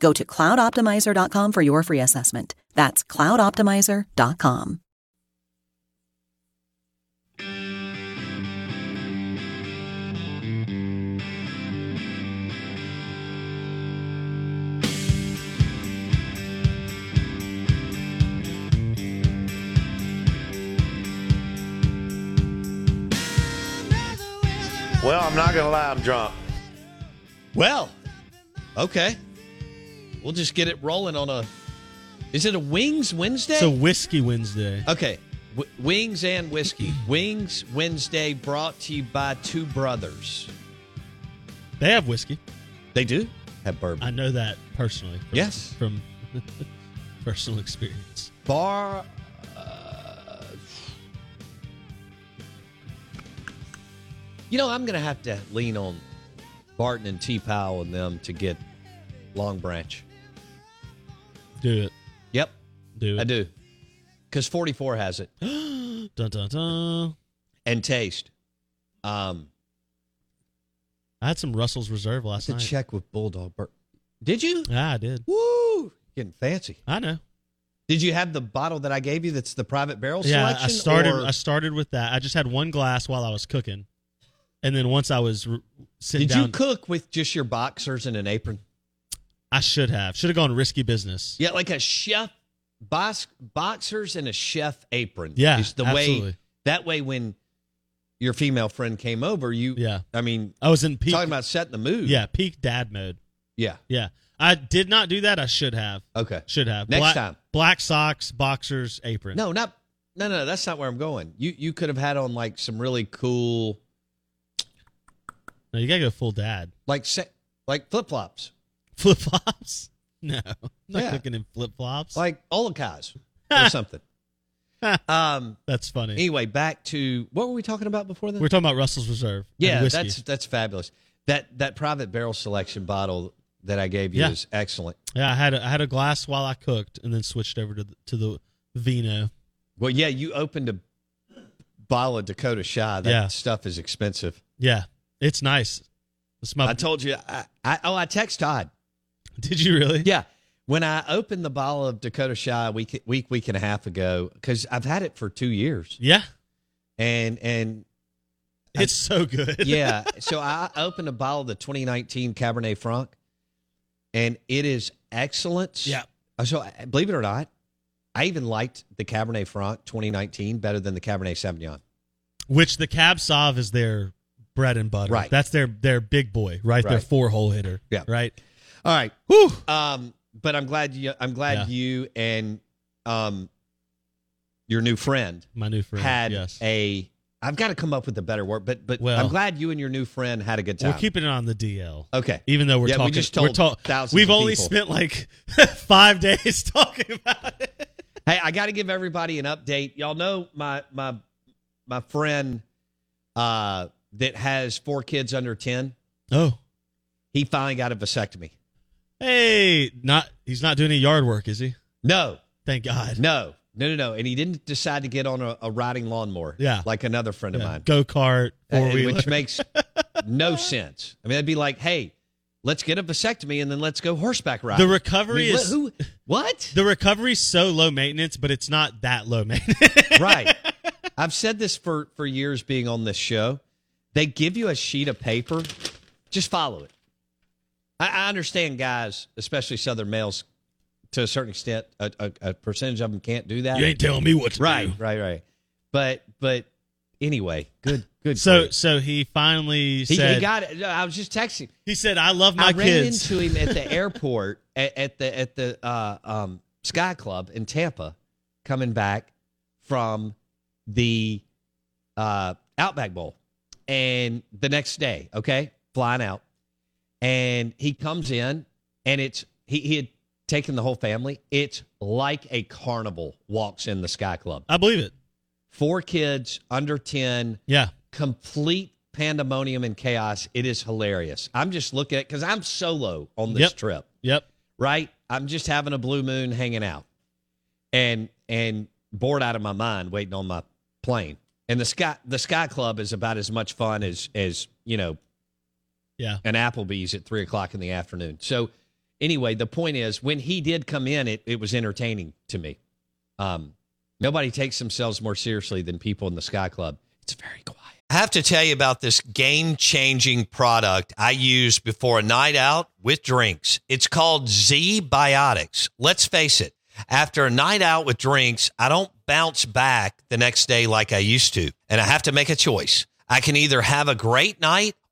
Go to cloudoptimizer.com for your free assessment. That's cloudoptimizer.com. Well, I'm not gonna lie, I'm drunk. Well, okay. We'll just get it rolling on a. Is it a Wings Wednesday? It's a whiskey Wednesday. okay. W- wings and whiskey. wings Wednesday brought to you by two brothers. They have whiskey. They do have bourbon. I know that personally. From, Yes. From personal experience. Bar. uh, you know, I'm going to have to lean on Barton and T Powell and them to get Long Branch. Do it. Yep, Do it. I do. Because 44 has it. Dun, dun, dun. And taste. Um, I had some Russell's Reserve last to night. check with Bulldog Bur- Did you? Yeah, I did. Woo! Getting fancy. I know. Did you have the bottle that I gave you that's the private barrel yeah, selection? I started. or I started with that. I just had one glass while I was cooking, and then once I was r sitting did down, you cook with just your boxers and an apron? I should have. Should have gone risky business. Yeah, like a chef box, boxers and a chef apron. Yeah, is the way absolutely. that way when your female friend came over, you Yeah. I mean, I was in peak. talking about setting the mood. yeah, peak dad mode. yeah. Yeah, I did not do that. I should have. Okay. Should have. Next black, time. Black socks, boxers, apron. No, not no, no. That's not where I'm going. You you could have had on like some really cool no, you gotta go full dad. like se- like flip flops, Flip flops? No, I'm not Yeah. cooking in flip flops. like Olakas or something. um. that's funny. Anyway, back to what were we talking about before that? We're talking about Russell's Reserve. and yeah, whiskey. that's that's fabulous. That that private barrel selection bottle that I gave you Yeah. is excellent. yeah. I had a, I had a glass while I cooked, and then switched over to the, to the vino. Well, yeah, you opened a bottle of Dakota Shy. That Yeah. stuff is expensive. Yeah, it's nice. It's my. I told you. I, I oh, I text Todd. did you really? Yeah. When I opened the bottle of Dakota Shy a week, week, week and a half ago, because I've had it for two years, Yeah, and and it's so good. yeah, so I opened a bottle of the 2019 Cabernet Franc, and it is excellent. Yeah. So I- believe it or not, I even liked the Cabernet Franc 2019 better than the Cabernet Sauvignon. Which the Cab Sauv is their bread and butter. Right. That's their their big boy. Right. Their Right. four hole hitter. Yeah. Right. All right. Whew. Um, but I'm glad you. I'm glad Yeah. you and um, your new friend My new friend. had yes. a. I've got to come up with a better word, but but Well- I'm glad you and your new friend had a good time. We're keeping it on the DL. okay. even though we're Yeah, we talking, just we're told talk- thousands We've of only people. spent like five days talking about it. Hey, I got to give everybody an update. Y'all know my my my friend uh, that has four kids under ten. Oh, He finally got a vasectomy. hey, not he's not doing any yard work, is he? No, Thank God. no, no, no, no. And he didn't decide to get on a, a riding lawnmower. Yeah. like another friend of mine, Go kart, Uh, four wheeler. which makes no sense. I mean, that'd be like, hey, let's get a vasectomy and then let's go horseback riding. The recovery I mean, is- who? What? the recovery's so low maintenance, but it's not that low maintenance. right. I've said this for for years being on this show. They give you a sheet of paper, just follow it. I, I understand guys, especially Southern males, to a certain extent. A, a, a percentage of them can't do that. You ain't telling me what to right, do. right, right. But but anyway, good good. So grief. so he finally he, said he got it. I was just texting. he said I love my I ran kids. into him at the airport at, at the at the uh, um, Sky Club in Tampa, coming back from the uh, Outback Bowl, and the next day, okay, flying out, and he comes in, and it's he, he had taken the whole family. It's like a carnival walks in the Sky Club. I believe it. Four kids under ten Yeah. complete pandemonium and chaos. It is hilarious. I'm just looking at because I'm solo on this Yep. trip, Yep. right? I'm just having a blue moon, hanging out, and and bored out of my mind, waiting on my plane. And the sky the Sky Club is about as much fun as as you know Yeah. an Applebee's at three o'clock in the afternoon. So anyway, the point is when he did come in, it, it was entertaining to me. Um, nobody takes themselves more seriously than people in the Sky Club. It's very quiet. I have to tell you about this game changing product I use before a night out with drinks. It's called Z Biotics. Let's face it, after a night out with drinks, I don't bounce back the next day like I used to, and I have to make a choice. I can either have a great night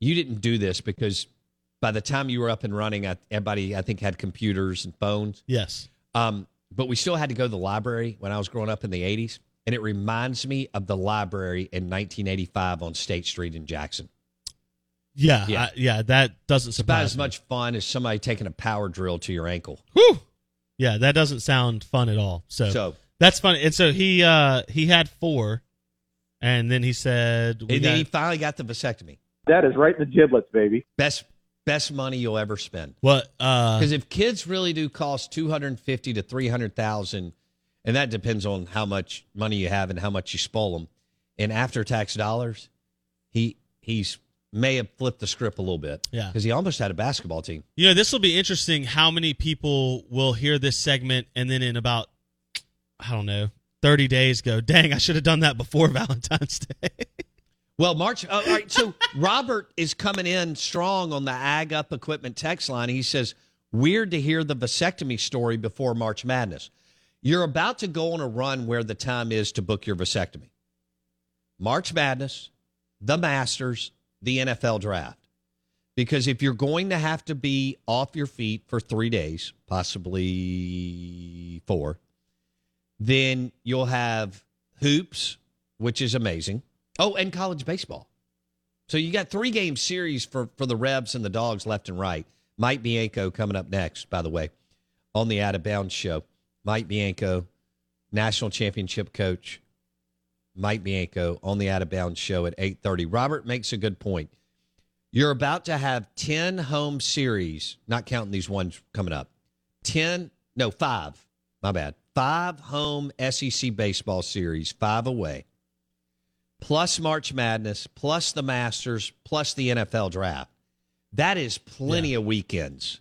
you didn't do this because by the time you were up and running, I- everybody I think had computers and phones. Yes. Um, but we still had to go to the library when I was growing up in the 80s. And it reminds me of the library in 1985 on State Street in Jackson. Yeah. Yeah. I, yeah that doesn't It's about surprise as much fun as somebody taking a power drill to your ankle. Me. Whew. Yeah, that doesn't sound fun at all. So, So, that's funny. And so he uh he had four, and then he said we and then he got, finally got the vasectomy. That is right in the giblets, baby. Best best money you'll ever spend. what uh Because if kids really do cost 250 to 300,000 and that depends on how much money you have and how much you spoil them in after-tax dollars, he he's may have flipped the script a little bit. Yeah. Cuz he almost had a basketball team. you know this will be interesting. How many people will hear this segment and then in about I don't know thirty days go, dang, I should have done that before Valentine's Day. Well, March. Oh, all right. So Robert is coming in strong on the Ag Up Equipment text line. He says, "Weird to hear the vasectomy story before March Madness. You're about to go on a run where the time is to book your vasectomy. March Madness, the Masters, the NFL Draft. Because if you're going to have to be off your feet for three days, possibly four, then you'll have hoops, which is amazing." Oh, and college baseball. So you got three game series for for the Rebs and the Dogs left and right. Mike Bianco coming up next, by the way, on the Out of Bounds show. Mike Bianco, national championship coach. Mike Bianco on the Out of Bounds show at eight thirty. Robert makes a good point. You're about to have ten home series, not counting these ones coming up. Ten, no, five. My bad. Five home SEC baseball series, five away plus March Madness, plus the Masters, plus the NFL draft. That is plenty of weekends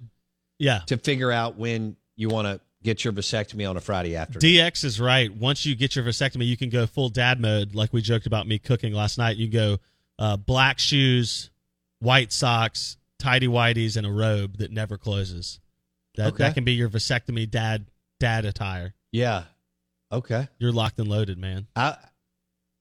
yeah, to figure out when you want to get your vasectomy on a Friday afternoon. DX is right. Once you get your vasectomy, you can go full dad mode, like we joked about me cooking last night. You go uh, black shoes, white socks, tidy whities, and a robe that never closes. That Okay. that can be your vasectomy dad dad attire. yeah. Okay. You're locked and loaded, man. I,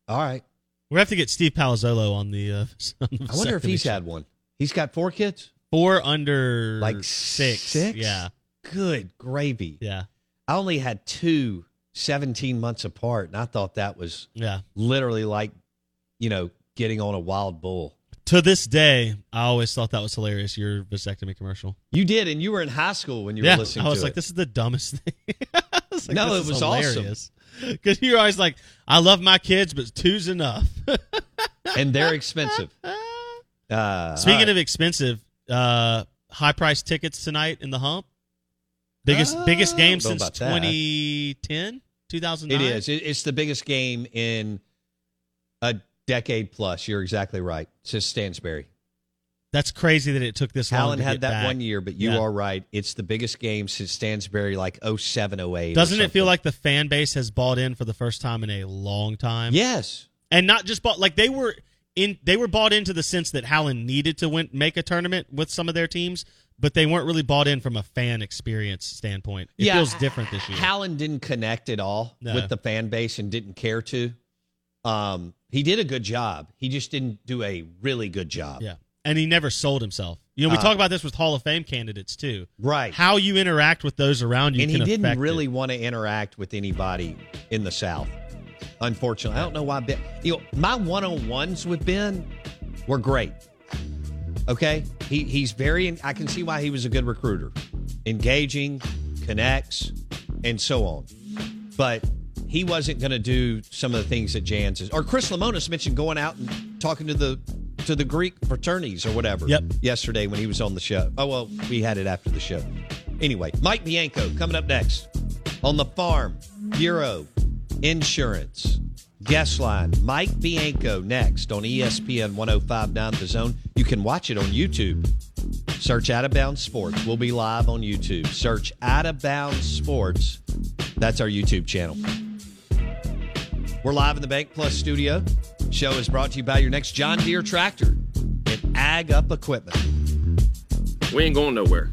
all right. We have to get Steve Palazzolo on the. Uh, on the I wonder if vasectomy he's show. had one. He's got four kids? four under Like six. six? Yeah, Good gravy. yeah. I only had two 17 months apart. And I thought that was Yeah. literally like, you know, getting on a wild bull. To this day, I always thought that was hilarious. Your vasectomy commercial. You did, and you were in high school when you yeah, were listening I was to like, it. this is the dumbest thing. I was No, this it is was awesome. hilarious. Because you're always like, I love my kids, but two's enough. and they're expensive. Uh, Speaking of expensive, uh, high price tickets tonight in the hump. Biggest Uh, biggest game don't know since about that. 2010, 2009. it is. It, it's the biggest game in a decade plus. You're exactly right. Since Stansbury. That's crazy that it took this long. Alan to had get that back. one year, but you Yeah. are right. It's the biggest game since Stansbury, like 07, 08 or Doesn't it feel something. like the fan base has bought in for the first time in a long time? Yes. and not just bought like they were in. They were bought into the sense that Howland needed to win, make a tournament with some of their teams, but they weren't really bought in from a fan experience standpoint. It feels different this year. Hallen didn't connect at all No. with the fan base and didn't care to. Um, he did a good job. He just didn't do a really good job. yeah, and he never sold himself. You know, we Uh, talk about this with Hall of Fame candidates too. Right. How you interact with those around you and he can didn't affect it. really want to interact with anybody in the South. Unfortunately, I don't know why Ben. You know, my one-on-ones with Ben were great. Okay, he he's very. I can see why he was a good recruiter, engaging, connects, and so on. But he wasn't going to do some of the things that Jans is or Chris Lamonis mentioned going out and talking to the to the Greek fraternities or whatever. Yep. Yesterday when he was on the show. Oh well, we had it after the show. Anyway, Mike Bianco coming up next on the farm bureau insurance guest line mike bianco next on E espn 1059 the zone you can watch it on youtube search out of bounds sports we'll be live on youtube search out of bounds sports that's our youtube channel we're live in the bank plus studio show is brought to you by your next john deere tractor and ag up equipment We ain't going nowhere.